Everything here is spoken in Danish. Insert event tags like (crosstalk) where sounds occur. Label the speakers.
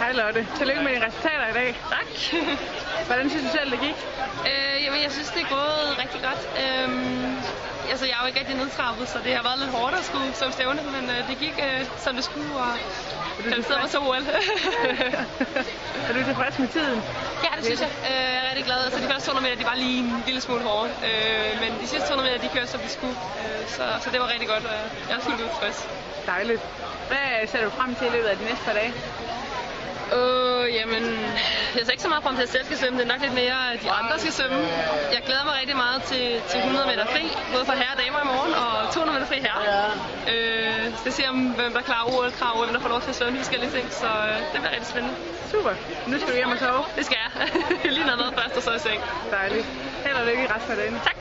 Speaker 1: Hej Lotte. Tillykke med dine resultater i dag.
Speaker 2: Tak.
Speaker 1: (laughs) Hvordan synes du selv, det gik?
Speaker 2: øh, jamen, jeg synes, det er gået rigtig godt. Øhm, altså, jeg er jo ikke rigtig nedtrappet, så det har været lidt hårdt at skulle som stævne, men øh, det gik, øh, som det skulle, og kvalificerede mig til OL.
Speaker 1: (laughs) er du tilfreds med tiden?
Speaker 2: (laughs) ja, det synes jeg. Øh, jeg er rigtig glad. Altså, de første 200 meter, de var lige en lille smule hårde, øh, men de sidste 200 meter, de kørte, som de skulle. Øh, så, så det var rigtig godt, og jeg er fuldt ud tilfreds.
Speaker 1: Dejligt. Hvad ser du frem til i løbet af de næste par dage?
Speaker 2: Øh, jamen, jeg ser ikke så meget frem til, at jeg selv skal svømme. Det er nok lidt mere, at de andre skal svømme. Jeg glæder mig rigtig meget til, til 100 meter fri, både for herre og damer i morgen, og 200 meter fri herre. Øh, så jeg ser, om, hvem der klarer OL-krav, og hvem der får lov til at svømme de forskellige ting. Så øh, det bliver rigtig spændende.
Speaker 1: Super. Nu skal du hjem og sove.
Speaker 2: (laughs) Det skal jeg. Lige noget mad først, og så i seng.
Speaker 1: Dejligt. Held og lykke i resten af dagen.
Speaker 2: Tak.